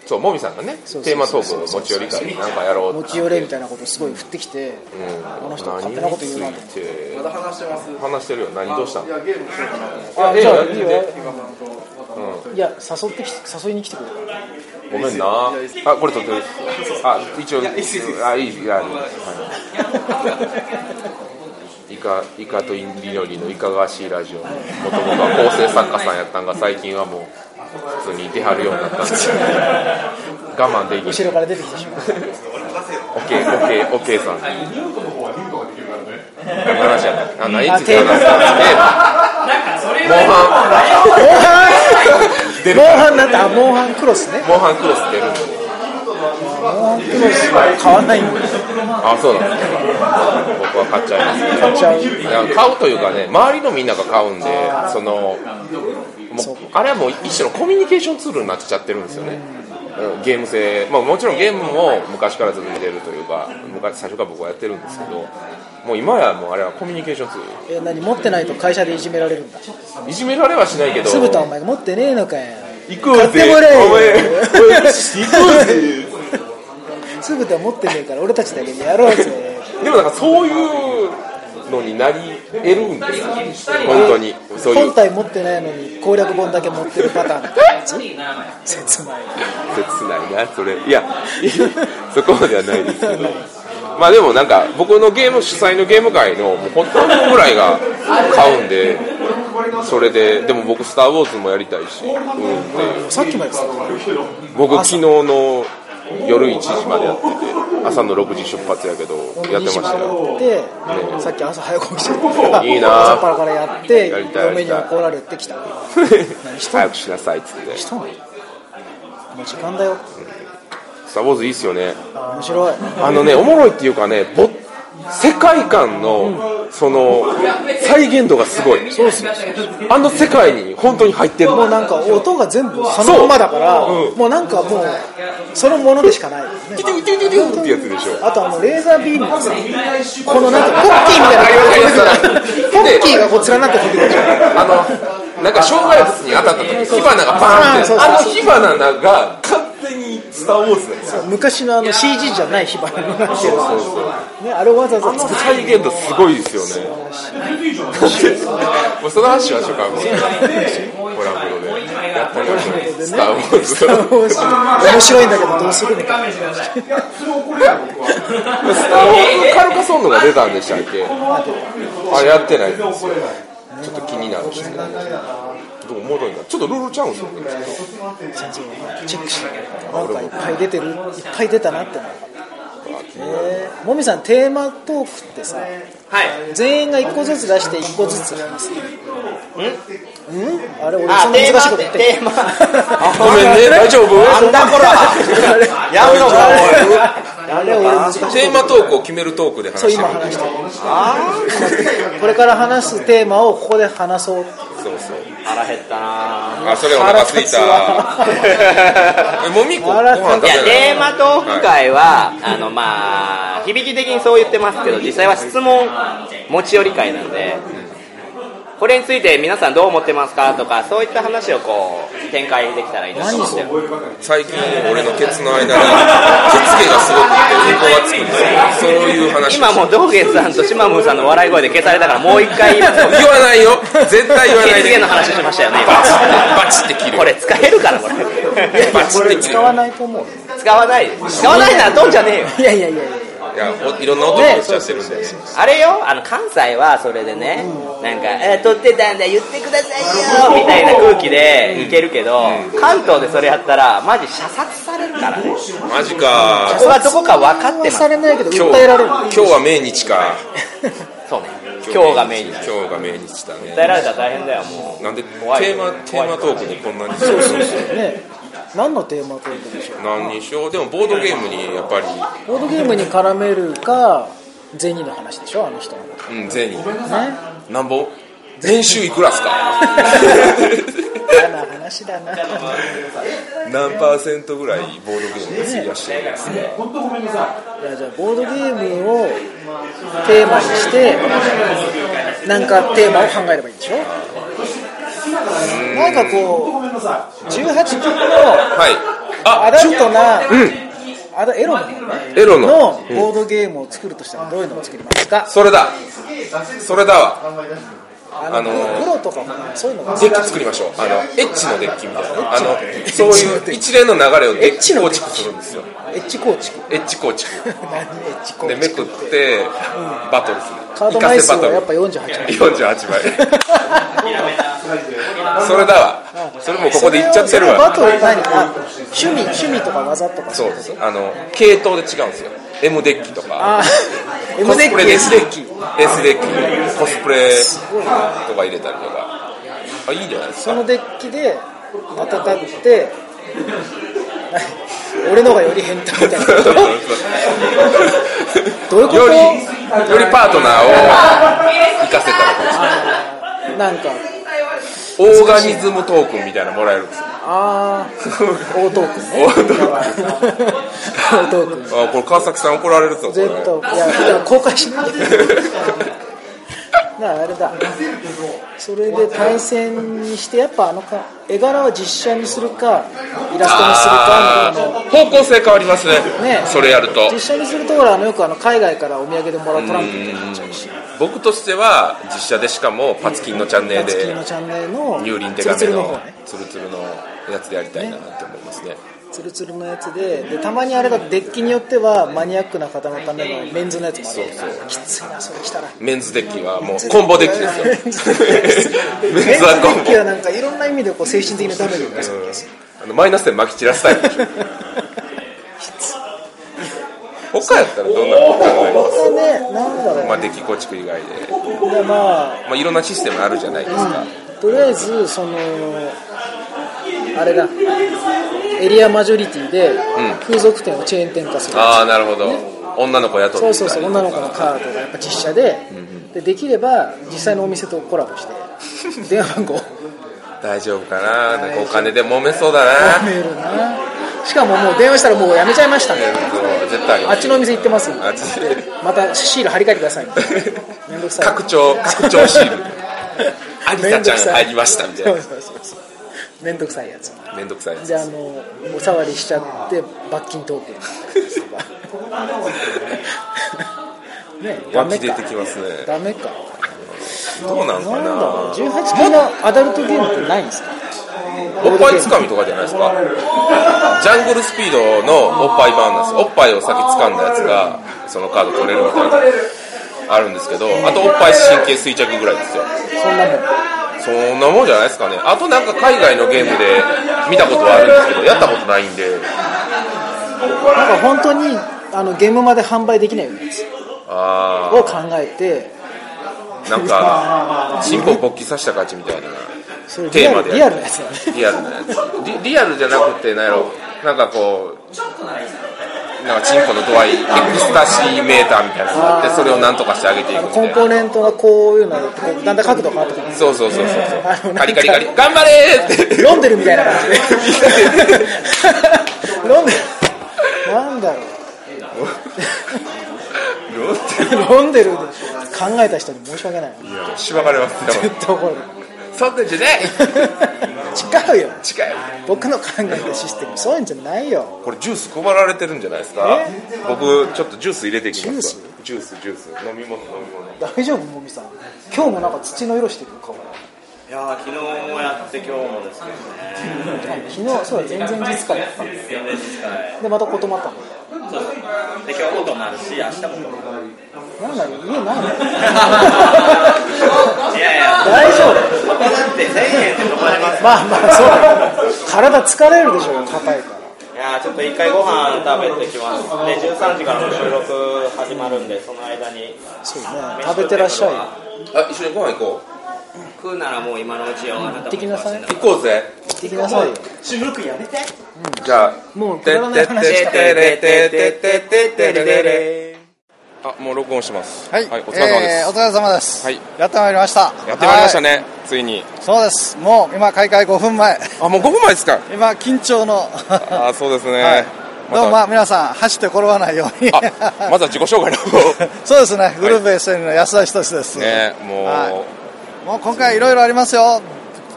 S2: そうもみさんがね
S1: そうそうそう
S2: テーマトークを持ち寄り会に何かやろう
S1: 持
S2: って
S1: ち寄れみたいなことすごい振ってきて
S2: うん
S1: この人勝手なこと言うなと
S2: 何
S1: 思
S2: に
S1: っ
S2: ついて
S6: まだ話してます
S2: 話してるよ何どうしたの
S6: いやゲームしようかな
S1: あ
S2: ええ
S1: じゃあ
S2: やってて
S1: いいよ
S6: 今さんと渡辺の人
S1: いや誘ってき誘いに来てくれる
S2: ごめんなあこれ撮ってるあ一応あいいいやいいはいイカイカとインリノリのいかがわしいラジオもともとは構成作家さんやったんが最近はもう普通に出はるようになったんです我慢で き
S1: 後
S2: る
S1: ろから出てきてしまう
S2: オッケーオッケーオッケーさん何の話やったっけあ何について話したえモンハ
S1: あテーマモンハ
S2: ン出
S1: ン
S2: る
S1: モン
S2: から
S1: ハンなんてあモンハンクロスね
S2: モンハンクロス出るんで
S1: モンハンクロスは買わないんで
S2: あそうなんですね僕は買っちゃいますけど
S1: 買っちゃう
S2: いや買うというかね周りのみんなが買うんでそのもうあれはもう一種のコミュニケーションツールになっちゃってるんですよねうんゲーム性、まあ、もちろんゲームも昔からずっと出てるというか昔最初から僕はやってるんですけどもう今やもうあれはコミュニケーションツー
S1: え何持ってないと会社でいじめられるんだ
S2: ルいじめられはしないけど
S1: すぐとお前が持ってねえのかよ
S2: 行こう
S1: 買
S2: ぜ
S1: ってもらえよ
S2: お前お前行こうぜ
S1: すぐとは持ってねえから俺たちだけでやろうぜ
S2: でもなんかそういうのになり得るんですよ本当にそういう
S1: 本体持ってないのに攻略本だけ持ってるパターンってやつ切ない
S2: 切ないなそれい やそこまではないですけどまあでもなんか僕のゲーム主催のゲーム界のもうほとんどぐらいが買うんでそれででも僕「スター・ウォーズ」もやりたいし、うん
S1: さっきまでさ
S2: 僕昨日の夜1時までやってて朝の6時出発やけどやってましたよ
S1: で、さっき朝早く起きちゃった
S2: いいな
S1: 朝パラからやって
S2: やりたいやりた
S1: 嫁
S2: い
S1: に怒られてきたも
S2: 早くしなさいっつって「
S1: し
S2: ス
S1: たのもう時間だよ
S2: ター・ウォーズ」いいっすよね
S1: 面白い
S2: あのね、おもろいっていうかね、ぼ世界観の、その、再現度がすごい。あの世界に本当に入ってる
S1: もうなんか音が全部そのまんまだから、
S2: そううん
S1: もうなんかもうそのものでしかないよね
S2: ティティティティティってやつでしょ。
S1: あとあのレーザービームがさこのなんかポッキーみたいなポッキーがこう連なって飛び出ちゃう
S2: あの、なんか障害物に当たった時に火花がバーンって、
S1: そうそう
S2: あの火花が勝手にスター・ウォーズなんですよ。
S1: 昔のあの CG じゃない火花になってる
S2: そうそう
S1: ねあれをわざわ
S2: あ
S1: ざ
S2: の
S1: 作っ
S2: 再現度すごいですよね。もうその話はしょかもう。コラボで。やったりましょうスター・ウォーズ。
S1: た面白いんだけどどうするみたいな
S2: スター・ウォーズ・カルカソンヌが出たんでしたっけあれやってないんですよちょっと気になるしねどうもおもろいなちょっとルールちゃうんですよね
S1: 全然チェックしてなんかいっぱい出てるいっぱい出たなってなるえーもみさんテーマトークってさ
S4: はい
S1: 全員が1個ずつ出して1個ずつ話すんんあれ俺
S4: あ
S1: そんな難しいこと言って
S4: テーマ
S2: あごめんね大丈夫
S4: なんだこれ
S1: は
S4: はやるのか
S1: あれ俺難しい
S2: テーマトークを決めるトークで話
S1: そう
S2: して
S1: 今
S2: る
S1: 話してるこれから話すテーマをここで話そう
S2: そうそう
S4: 腹減ったな
S2: あそれお腹すいた
S1: 腹立つわ
S2: えもみこご
S1: 腹
S2: 飯
S1: 立つ
S2: 食
S4: い
S2: べ
S4: やテーマトーク
S2: はい
S4: 会は、あのまあ響き的にそう言ってますけど実際は質問持ち寄り会なんで、これについて皆さんどう思ってますかとかそういった話をこう展開できたらいいなと思って
S2: 最近俺のケツの間に血毛がすごくてうんこがつくんですよそういう話
S4: 今もう道元さんと島村さんの笑い声で消されたからもう一回言いますよ
S2: 言わないよ絶対言わない
S4: 血芸の話しましたよね
S2: バチッバチって切る
S4: これ使えるかなこれ
S2: バチって切
S1: 使
S2: る
S1: わないと思う
S4: 使わないです使わないなら飛んじゃねえよ
S1: いやいやいやいや
S2: いやおいろんな音が出ちゃってるんで
S4: あれよあの関西はそれでね、なんか「えー撮ってたんだ言ってくださいよ」みたいな空気でいけるけど、関東でそれやったらマジ射殺されるからね
S2: マジか
S4: ここがどこか分かってま
S1: 話
S4: す
S1: されないけど
S2: 今
S1: 訴
S2: 日
S1: えられる
S2: 今日は命日か
S4: そうね今日がメインだ
S2: 今
S4: 訴
S2: 日が命日だね
S4: えられたら大変だよもう
S2: なんでテ
S4: 怖い
S2: ーマテーマトークにこんなにそうそうそう
S1: ね何のテーマトークでしょう
S2: 何にしようでもボードゲームにやっぱり
S1: ボードゲームに絡めるか銭の話でしょあの人のね
S2: うん銭なんぼ年収いくらっすか
S1: 嫌な話だな。
S2: 何パーセントぐらいボードゲームに費やしてるんですか
S1: いやじゃあボードゲームをテーマにしてなんかテーマを考えればいいんでしょなんかこう18禁の
S2: はい
S1: ア
S2: あ
S1: ダルトな、アダエロの,、
S2: エロの
S1: のボードゲームを作るとしたらどういうのを作りますか、
S2: それだそれだわ
S1: あ
S2: あの
S1: のプロとかもそういうのが
S2: デッキ作りましょうあのエッチのデッキみたいなあのそういう一連の流れをデッキ構築するんですよ
S1: エッジ構 築
S2: エッチ構築
S1: 何エッジ構
S2: でめ
S1: 築
S2: くってバトルする
S1: カード枚数はやっぱ
S2: イ
S1: 48枚
S2: カセバトル48倍それだわそれ もうここで言っちゃってる
S1: それはバ
S2: わ
S1: トル何あ趣味趣味とか技とか
S2: そうですあの系統で違うんですよ M デッキとか
S1: あ M
S2: コス
S1: デ
S2: プ
S1: ッ
S2: レ
S1: キ
S2: で
S1: S デッキ
S2: S デッキコスプレとか入れたりとかあいいんじゃないです
S1: そ
S2: か
S1: のデッキで戦って 俺のがより変態みたい などういうこと
S2: よりよりパートナーを活かせたら
S1: なんか
S2: オーガニズムトークンみたいなのもらえるんですよ
S1: あーオートークンね
S2: オートークン
S1: オートークン
S2: あこれ川崎さん怒られるぞこれ
S1: 絶対いやだから公開しないでだからあれだそれで対戦にしてやっぱあのか絵柄は実写にするかイラストにするか
S2: あ
S1: みたいな
S2: ー方向性変わりますね
S1: ね
S2: それやると
S1: 実写にするとほらあのよくあの海外からお土産でもらうトランプみたいになっちゃうし
S2: 僕としては実写でしかもパツキンのチャンネル
S1: 月
S2: で
S1: のチャンネルの
S2: 乳輪手
S1: ツルツ
S2: 紙
S1: ルの
S2: の
S1: 方ね
S2: ツルツルのやつでやりたいなって思いますね
S1: ツルツルのやつででたまにあれだとデッキによってはマニアックな方のためのメンズのやつもある
S2: そうそう
S1: きついなそれ来たら
S2: メンズデッキはもうコンボデッキですよ
S1: メンズデ
S2: メンズは
S1: ッキは
S2: コ
S1: なんかいろんな意味でこう精神的なダメージを受けそうです
S2: ンボあのマイナス点 撒き散らすタイプでしょ他やったらどんなの考えます
S1: 他ねなんだろう
S2: まあ、デッキ構築以外で、
S1: でまあ
S2: まあ、いろんなシステムあるじゃないですか、
S1: とりあえずそのあれだエリアマジョリティで風俗店をチェーン店化する、
S2: ああなるほど、女の子雇って
S1: そ
S2: み
S1: う
S2: た
S1: そ
S2: り
S1: うそう女の子のカードがやっぱ実写で,、でできれば実際のお店とコラ ボして電話番号
S2: 大丈夫かななんかお金で揉めそうだな
S1: メールなしかももう電話したらもうやめちゃいましたね
S2: そう絶対あり
S1: あ
S2: ま
S1: っちのお店行ってますんで
S2: あっち
S1: またシール貼り替えてくださいみたいなめんどく
S2: す
S1: さい
S2: 拡張拡張シー ルあり
S1: め
S2: さ
S1: ん
S2: ち
S1: ど
S2: ゃん
S1: くさい
S2: 入りましたみたい
S1: そうそうそうそうめんどくさいやつ
S2: なめんどくさいやつ
S1: であのお触りしちゃって罰金トーク ねダ
S2: 湧
S1: メ
S2: き出
S1: か
S2: てきますね
S1: ダメか
S2: どうなんか
S1: なんだろう
S2: な
S1: 18禁のアダルトゲームってないんですか
S2: おっぱいつかみとかじゃないですかジャングルスピードのおっぱい版なんですよおっぱいを先掴んだやつがそのカード取れるみたいなあるんですけどあとおっぱい神経衰弱ぐらいですよ
S1: そんなもん
S2: そんなもんじゃないですかねあとなんか海外のゲームで見たことはあるんですけどやったことないんで
S1: なんか本当にあのゲームまで販売できないようなやつ
S2: あ
S1: を考えて
S2: あなんか進行勃起させた勝ちみたいな
S1: それリ
S2: テー
S1: ア
S2: マ
S1: ル
S2: で
S1: リアルなやつだね
S2: リアルなやつリリアルじゃなくてなんやろなんかこうなんかチンコの度合いエクスタシーメーターみたいなのがあってそれをなんとかしてあげてい
S1: あ
S2: く
S1: の
S2: み
S1: コ
S2: たい
S1: ンポー
S2: な
S1: ネントがこういうのがこうだんだん角度変わってくる
S2: そうそうそうそう
S1: あのな
S2: カ
S1: んか
S2: リカリカリ頑張れーって
S1: 飲んでるみたいな感じで飲んでるなんだろう飲んでる考えた人に申し訳ない
S2: いやしばかれます よ
S1: 絶対怒る
S2: そんなんじゃない
S1: 違うよ
S2: 近い
S1: 僕の考えたシステムそういうんじゃないよ
S2: これジュース配られてるんじゃないですか
S1: え
S2: 僕ちょっとジュース入れていきますわジュースジュース飲み物飲み物
S1: 大丈夫もみさん今日もなんか土の色してる顔
S4: いやー昨日もやって今日もですけどね
S1: 昨日そうだ全然実感だったんですよでまたことまったの
S4: で今日もともあるし明日もともある
S1: なんだよ家ないの
S4: いやいや
S1: 大丈夫
S4: だって1000円で泊まれます
S1: まあまあそうだよ体疲れるでしょ硬いから
S4: いやーちょっと一回ご飯食べてきますで13時からの収録始まるんでその間に
S1: そうね食べてらっしゃいよ
S2: あ一緒にご飯行こ
S4: 食うならもう今のうちよあなたも
S1: 行ってきなさいう
S2: 行こうぜ
S1: 行ってきなさいよ
S5: 収録やめて
S2: じゃあ
S1: もうくだらない話しか
S2: てれてれてれてれてれれあもう録音してます
S8: はい、
S2: お疲れ様です
S8: えーお疲れ様です。
S2: はい
S8: やってまいりました。
S2: やってまいりましたね
S8: はい。
S2: ついに
S8: そうです、もう今、開会5分前、
S2: あもうここまでですか
S8: 今、緊張 の、
S2: あそうですね、
S8: はい
S2: ま
S8: どうもまあ
S2: た
S8: 皆さん、走って転ばないように、
S2: あまずは自己紹介の方
S8: そうですね、グループ SN の安田仁です、
S2: ねもう、
S8: はもう今回、いろいろありますよ、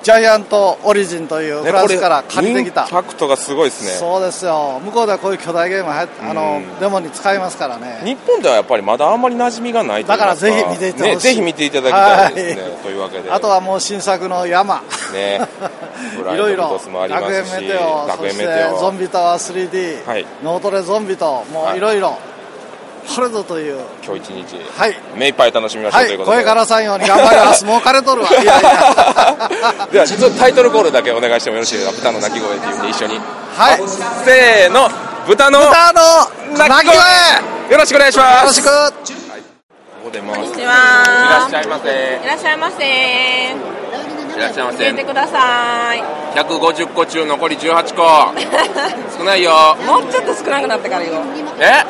S8: ジャイアントオリジンというフ
S2: ね
S8: ランスから借りてきた、
S2: これインパクトがすごいですね
S8: そうですよ、向こうではこういう巨大ゲームはやあの、デモに使いますからね、
S2: 日本ではやっぱりまだあんまり馴染みがないと言います
S8: だからぜひ見ていってほしい
S2: ね、ぜひ見ていただきたいですね、
S8: はい
S2: というわけで
S8: あとはもう新作の山、
S2: ねブライ
S8: い
S2: ンド
S8: ろい
S2: ビ
S8: ろ
S2: トスもありま
S8: 学園
S2: すし
S8: メテオ、そ
S2: 学園
S8: し
S2: メテ
S8: て
S2: オ
S8: ゾンビタワー 3D、
S2: はい
S8: 脳トレゾンビと、も
S2: は
S8: う
S2: い
S8: いろいろ、これぞという。
S2: 今日一日、
S8: はい
S2: 目いっぱい楽しみましょう
S8: は
S2: とい
S8: い、
S2: うことで、
S8: 声からさんように頑張ります。もう枯 れとるわ。いやいや。
S2: ではちょっとタイトルコールだけお願いしてもよろしいですか豚の鳴き声っていうんで一緒に
S8: はい。
S2: せーの豚の
S8: あの、
S2: 鳴
S8: 泣
S2: き
S8: き声よ
S2: 声よろしくお願いしま
S8: ろ
S2: す
S8: しく
S2: ここで回すい
S7: ち
S2: らっ
S7: は
S2: しゃいませ
S7: いらっしゃいませ入
S2: いらっしゃいま
S7: れて
S2: せ
S7: ください
S2: 150個中残り18個少ないよ
S7: もうちょっと少なくなったからよ
S2: え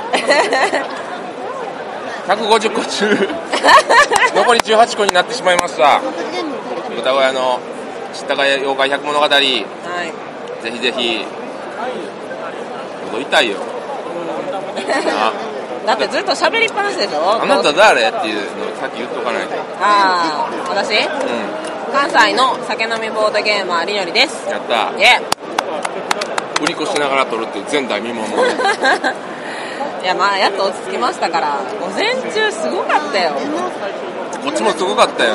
S2: 150 個中残り18個になってしまいました豚小屋の知ったか妖怪百物語ぜ
S7: はい
S2: ひぜひ踊りた いよあ
S7: だってずっと喋りっぱなしでしょ
S2: あなた誰っていうのをさっき言っとかないと
S7: ああ私
S2: うん
S7: 関西の酒飲みボードゲーマーりのりです
S2: やった
S7: イエ
S2: 売り越しながら撮るっていう前代未聞の
S7: ーいやまあやっと落ち着きましたから午前中すごかったよ
S2: こっちもすごかったよ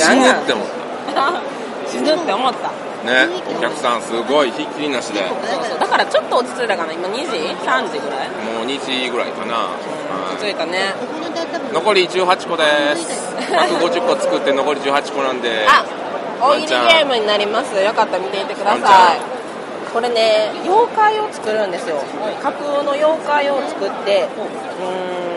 S7: 知らん
S2: ぬ
S7: やん
S2: って思っ
S7: 死ぬって思った
S2: たねお客さんすごいひっきりなしで
S7: だからちょっと落ち着いたかな今2時3時ぐらい
S2: もう2時ぐらいかな、
S7: 落
S2: は
S7: ち着いたね
S2: い、残り18個です150個作って残り18個なんで
S7: あ
S2: ワ
S7: 大
S2: ン
S7: 喜利
S2: ちゃん
S7: ゲームになりますよかったら見ていてくだ
S2: ワ
S7: さ
S2: ン
S7: いこれね妖怪を作るんですよ架空の妖怪を作ってうーん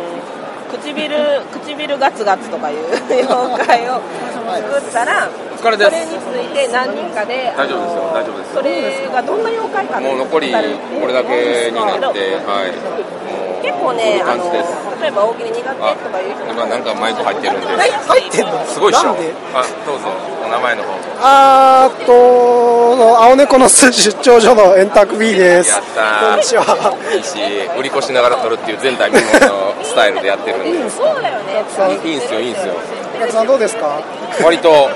S7: 唇唇ガツガツとかいう 妖怪を作ったら
S2: 疲れで
S7: そ
S2: す
S7: れについて何人かで
S2: 大丈夫ですよ
S7: あの
S2: 大丈夫です
S7: それがどんな妖怪か
S2: もう残り
S7: 語るっていう
S2: これだけになってはいもう
S7: 結構ね
S2: こ
S7: あ
S2: ういう感じです
S7: の例えば大喜利苦手と
S2: あ
S7: かいう人
S2: 今なんかマイク入ってるんで
S7: 入ってんの
S2: すごいっし
S8: な
S2: ょ
S8: んで
S2: あどうぞお名前の方
S8: あーっと、青猫の出張所の円卓 B です。
S2: やっ
S8: こんにち
S2: た
S8: は。
S2: ーいいし売り越しながら撮るっていう前代未聞のスタイルでやってるんで
S7: そうだよね
S2: いいんすよいいんすよ
S8: お客さんどうですか
S2: 割と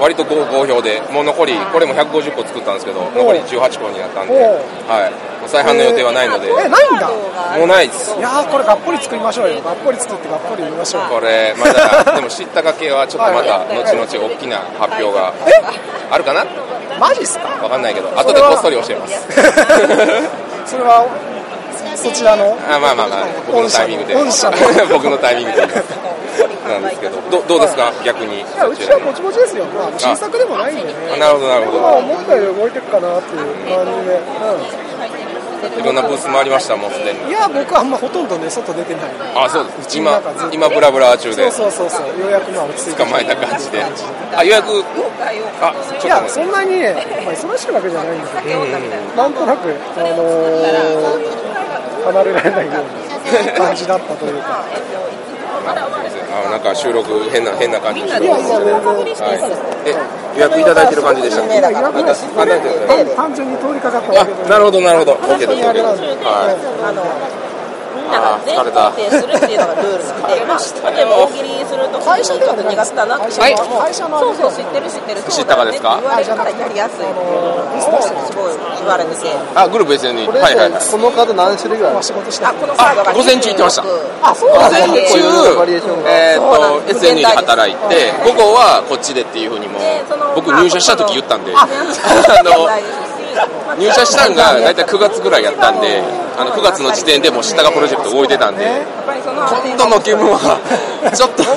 S2: 割とご好評でもう残りこれも150個作ったんですけど残り18個になったんで、
S8: おう
S2: はい、もう再販の予定はないので、
S8: え、ないんだ。
S2: もうないです
S8: いやー、これがっぽり作りましょうよ。がっぽり作ってがっぽり言いましょう。
S2: これまだでも知ったか系はちょっとまた
S8: はい
S2: 後々大きな発表があるかな
S8: マジっすか
S2: わかんないけど後でこっそり教えます
S8: それは、そちらの。
S2: あまあまあまあ僕のタイミングで
S8: 御社の
S2: 僕のタイミングでなんですけどどどうですか逆に
S8: いや、うちはもちもちですよ。まあ、新作でもないんでね。
S2: あなるほどなるほ
S8: まあ、
S2: ど
S8: 思ったより動いてるかなっていう感じで。
S2: いろんなブースもありましたもうすでに
S8: うん、いや、僕はあんまほとんどね、外出てない。
S2: あそうです
S8: うちの
S2: 今
S8: 中ずっと
S2: 今ブラブラ中
S8: そう
S2: で
S8: そうそうそう、ようやくまあ落ち着いて
S2: 捕まえた感じであ予約あ
S8: い
S2: ちょっ
S8: や、
S2: と
S8: そ
S2: ね
S8: んなにね、まあ、忙しいわけじゃないんだけど、なんとなく、あのー離れられないような感じだったという か、
S2: あなんか収録変な変な感じでして
S8: いや、いや、全然、
S2: はい、え予約いただいてる感じでしたっけ
S8: いや、予約なし、
S2: あ大丈夫大丈夫
S8: 単純に通りかかっただけで
S2: あ、なるほどなるほど OK
S8: 本
S2: です OK
S8: 当にあ
S2: で
S8: れ
S2: す
S8: なんで、
S2: は
S8: はい
S7: あのみんなが全肯定するっていうのがルールなんで、まあ、例えば大喜利すると
S8: 会社ではね
S7: 苦手だなって
S8: 会
S7: いう
S8: 社の会社のあれ
S7: そうそう知ってる知ってる
S2: 知ったかですか
S7: そうだよねって言われるからやりやすいってすごい言われてて
S2: いあグループ SN にはいはいはい
S8: この方何種類ぐらい仕事して
S7: あ
S8: る
S7: このカードが
S2: あ午前中行ってました
S7: あそう
S2: 午
S7: なん
S2: 前
S7: だ
S2: 中
S7: で、
S2: え
S7: そう
S2: ー、
S7: なん
S2: と
S7: です
S2: SN で働いて午後はこっちでっていうふうにもう
S7: その
S2: 僕
S7: まあ
S2: 入社した時言ったんであ
S7: あ
S2: の入社したんが大体9月ぐらいやったんであの9月の時点でもう知ったかプロジェクト動いてたんで
S7: やっぱりその
S2: 今度の気分はちょっと半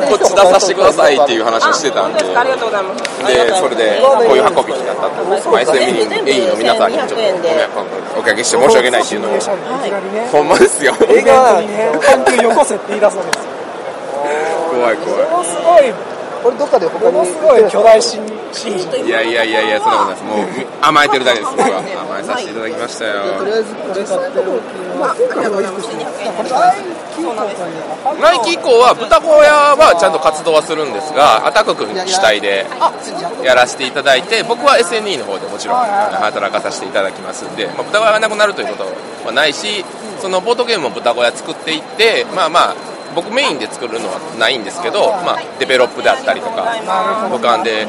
S2: 分こっち出させてくださいっていう話をしてた
S7: あ
S2: ん
S7: 本当ですかあり
S2: で
S7: がとうございます
S2: でそれでこういう運びになったと、まあ、SME に委員の皆さんにちょっとご迷惑をおかけして申し訳ないっていうのを
S8: いきなりね、
S2: ほんまですよ
S8: イベントにね、半球よこせって言い出すわけですよ。
S2: 怖い怖い
S8: ものすごい、これどっかで他にものすごい巨大新
S2: いやいやいやいや、そんなことないです。もう甘えてるだけです、僕は。甘えさせていただきました
S8: とり
S2: よ。
S8: あえずこれ買ってるまあ今回はいいですね
S2: 来期以降は、豚小屋はちゃんと活動はするんですが、アタック君主体でやらせていただいて、僕は SNE の方でもちろんあの働かさせていただきますんで、まあ、豚小屋がなくなるということはないし、そのボートゲームも豚小屋作っていって、まあまあ、僕メインで作るのはないんですけど、まあ、デベロップであったりとか、保管で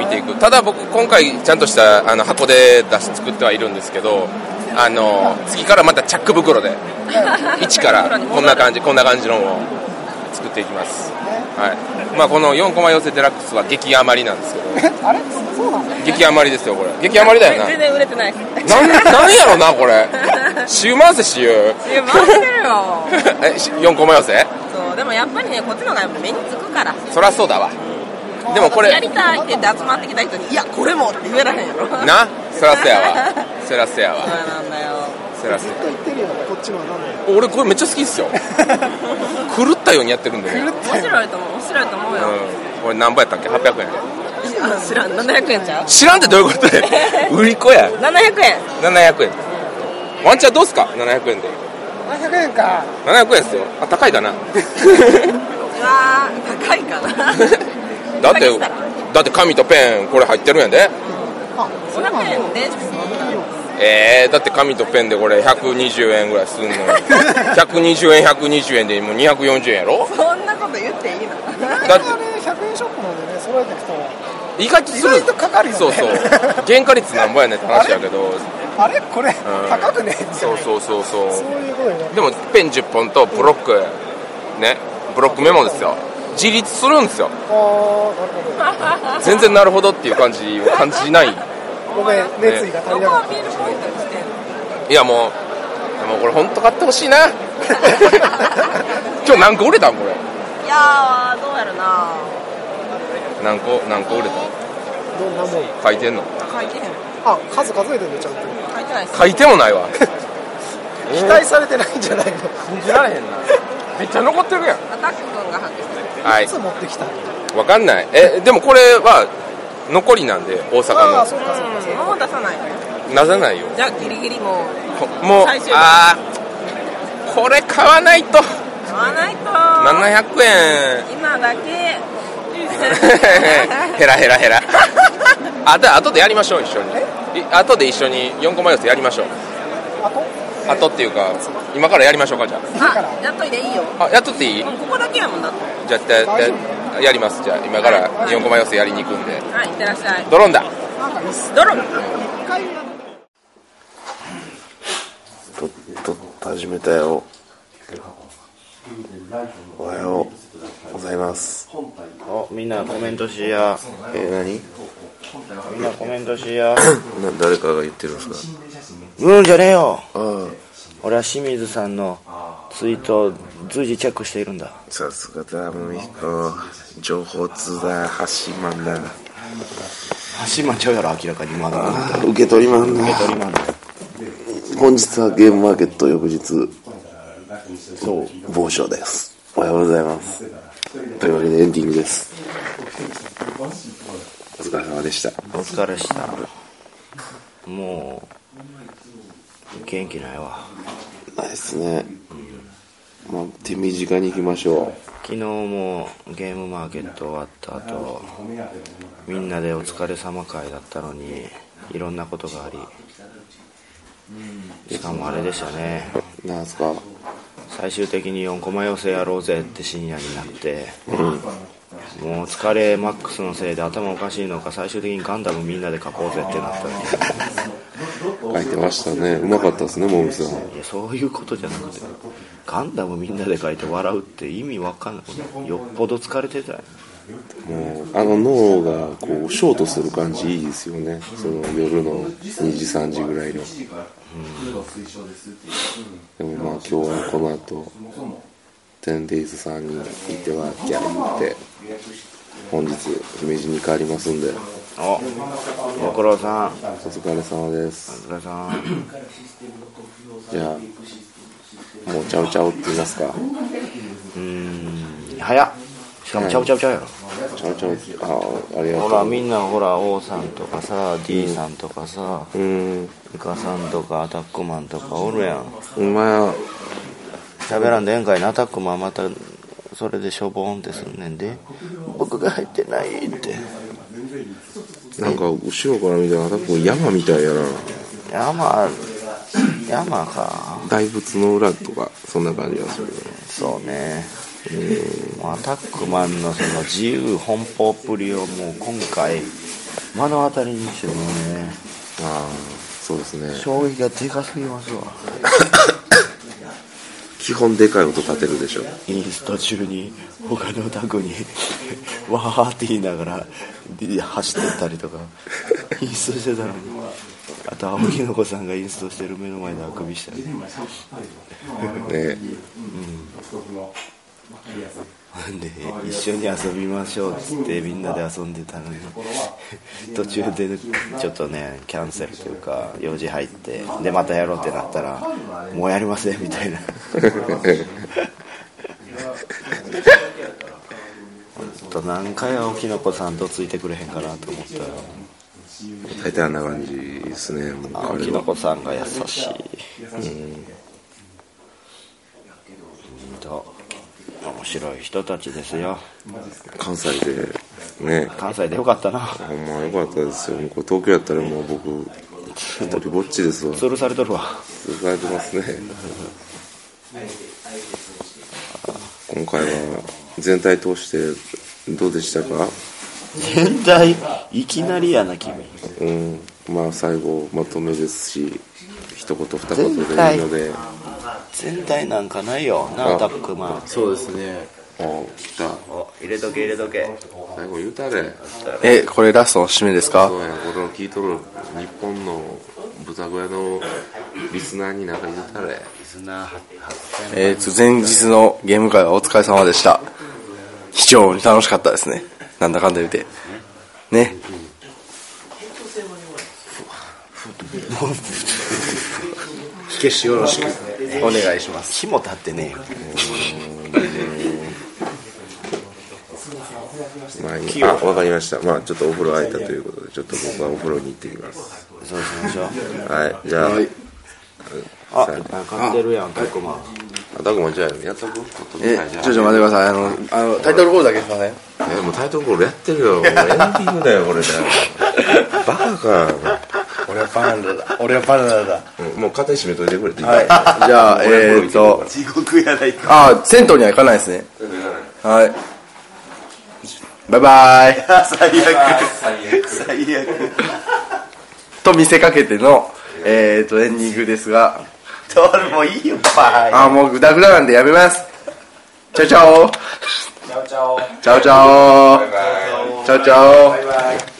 S2: 見ていくただ僕今回ちゃんとしたあの箱で出し作ってはいるんですけどあの次からまたチャック袋で一からこんな感じこんな感じのを作っていきます、はいまあ、この4コマ寄せデラックスは激余りなんですけど
S8: あれそうなの
S2: 激余りですよこれ激余りだよな
S7: 全然売れてないです
S2: なんなんやろなこれ週回せ週
S7: いや回してるよ
S2: えし4コマ寄せ
S7: そうでもやっぱりねこっちの方がやっぱ目につくから
S2: そりゃそうだわでもこれ
S7: やりたいって言って集まってきた人に「いやこれも」って言えらへんやろそう
S2: なそらせやわそらせやわ
S7: なんだよ
S2: そらせ
S8: ずっと言ってるよこっちもなんだよ
S2: 俺これめっちゃ好き ですよ狂ったようにやってるんでね、
S7: 面白いと思う面白いと思うよ、
S2: うん、これ何倍やったっけ800円
S7: 知らん700円ちゃう
S2: 知らんってどういうことで 売り子や
S7: 700円
S2: 700円ワンチャンどうすか700円で
S8: 700円か
S2: 700円ですよあ高いだな
S7: うわー高いかな
S2: だってだって紙とペンこれ入ってるんやで
S7: 500円で
S2: えー、だって紙とペンでこれ120円ぐらい すんのよ120円120円でもう240円やろ
S7: そんなこと言っていいの
S2: だっ
S8: あれ100円ショップなんでね揃えてきたら
S2: て意外とする
S8: 意外とかかるよね
S2: そうそう原価率なんぼやねんって話やけど
S8: あれこれ高くね
S2: そうそうそうそう
S8: そういうことになる
S2: でもペン10本とブロックねブロックメモですよ自立するんですよ
S8: あーなるほ
S2: 全然なるほどっていう感じを感じない
S8: どごめん熱意が足りなかっ
S7: ビールポイントにしてんの
S2: いやもうもうこれ本当買ってほしいな 今日何個売れたんこれ
S7: いやーどうやろな
S2: 何個何個売れ
S8: たどんなもん
S2: た書いてんの
S7: 書いてへん
S8: あ数数えてるねちゃんと
S7: 書いてないっす
S2: 書いてもないわ
S8: 期待されてないんじゃないの
S2: 信じられへんなめっちゃ残ってるやん
S7: アタック君が発見した
S2: はい
S8: つ持ってきた
S2: わかんないえでもこれは残りなんで大
S8: ああ
S2: 阪
S8: そうかそうか
S7: うんもう出さない
S2: のなぜないよ
S7: じゃあギリギリもう
S2: こもう
S7: 最終日
S2: あーこれ買わないと
S7: 買わないと
S2: 700円
S7: 今だけ
S2: ヘラヘラ ヘラあと後でやりましょう一緒にい後で一緒に4コマ寄せやりましょう
S8: あと
S2: 後っていうか今からやりましょうかじゃ
S7: あやっといていいよ
S2: ああやっとっていい
S7: もうここだけやもんだって
S2: じゃあやややりますじゃあ今から4コマ寄せやりに行くんで
S7: はいいってらっしゃい
S2: ドローンだ
S7: ドロン
S9: とっとっと始めたよおはようございます
S10: おみんなコメントしや
S9: え
S10: みんなコメントしや
S9: 何な誰かが言ってるんですか
S10: うんじゃねえよ
S9: あ
S10: 俺は清水さんのツイートを随時チェックしているんだ
S9: あさすがだもみこ情報通だ橋マンだ
S10: 橋間ちゃうやろ明らかにまだ
S9: あ受け取りマンだ本日はゲームマーケット翌日の某所ですおはようございますというわけでエンディングですお疲れ様でした
S10: お疲れしたもう元気ないわ
S9: ないですね、まあ、手短に行きましょ
S10: 昨日もゲームマーケット終わった後みんなでお疲れ様会だったのにいろんなことがありしかもあれでしたね
S9: うなんすか
S10: 最終的に4コマ寄せやろうぜって深夜になって、もう疲れマックスのせいで頭おかしいのか最終的にガンダムみんなで描こうぜってなったのに
S9: 書いてましたねうまかったですねモミさん
S10: いやそういうことじゃなくてガンダムみんなで描いて笑うって意味わかんないよっぽど疲れてたよ
S9: もうあの脳がこうショートする感じいいですよねその夜の2時3時ぐらいの、でもまあ今日はこの後 10days さんに行ってはギャー言って本日姫路に帰りますんで
S10: おご苦労さん
S9: お疲れ様で
S10: お
S9: す
S10: 疲れさん
S9: じゃあもうちゃうちゃうって言いますか
S10: うーん早っしかもちゃぶちゃぶちゃうやろ
S2: ちゃんちゃんあありがと
S10: ほ
S2: う
S10: らみんなほら O さんとかさ D さんとかさ
S2: うん
S10: イカさんとかアタックマンとかおるやん
S2: うまや
S10: 喋らんでええんかいなアタックマンまたそれでしょぼんってすんねんで僕が入ってないって
S2: なんか後ろから見たら多分山みたいやな
S10: 山山か
S2: 大仏の裏とかそんな感じがする
S10: そうねもうアタックマンのその自由奔放っぷりをもう今回目の当たりにしてもうね
S2: ああそうですね
S10: 衝撃がでかすぎますわ
S2: 基本でかい音立てるでしょ
S10: インスト中に他のタグに わーって言いながらで走ってったりとかインストしてたのにあと青木の子さんがインストしてる目の前であくびしたり
S2: ね
S10: ほんで一緒に遊びましょうっつってみんなで遊んでたのに 途中でちょっとねキャンセルというか用事入ってでまたやろうってなったらもうやりませんみたいな ほんと何回青木の子さんとついてくれへんかなと思ったら
S2: 大体あんな感じですねもう
S10: 青
S2: あ
S10: 木
S2: れ
S10: の
S2: は
S10: 子さんが優しいうんと面白い人たちですよ
S2: 関西でね
S10: 関西でよかったな
S2: ほんまよかったですよこれ東京やったらもう僕ぼりぼっちですわ
S10: 吊るされとるわ
S2: 続かれてますね今回は全体通してどうでしたか
S10: 全体いきなりやな君
S2: うんまあ最後まとめですし一言二言でいいので
S10: 全体なんかないよなアタックマン
S9: そうですね
S2: あ来た
S10: お入れとけ入れとけ
S2: 最後言うたれ
S9: えこれラストの締めですか
S2: そうやこれを聞いとる日本の豚小屋のリスナーに何か言うたれ
S9: えー、と前日のゲーム会はお疲れ様でした非常に楽しかったですねなんだかんだ言うてね
S10: 火消しよろしく
S9: お願いします
S10: 火も立ってねえよ
S2: 前にあわかりましたまあちょっとお風呂空いたということでちょっと僕はお風呂に行ってきます
S10: そうしましょう
S2: はいじゃあ、
S10: あいっぱい買ってるやんアタックマン
S2: あたくもじゃあやっとくこと
S9: え
S2: はいじゃあ
S9: ちょっと待ってくださいあのあのタイトルコールだけすいません
S2: えもうタイトルコールやってるよもうエンディングだよこれ だバカか
S9: 俺はバナナだ俺はバナナだ
S2: うんもう勝手に締めといてくれていい
S9: はいじゃあえー、っと
S10: 地獄やないか
S9: あ銭湯には行かないですねはいバイバイ
S10: 最 悪最悪
S9: と見せかけてのえー、っとエンディングですが
S10: どうもいいよバイ
S9: あーもうグダグダなんでやめますチャオチャオチャオチャオチャオチャオチャオ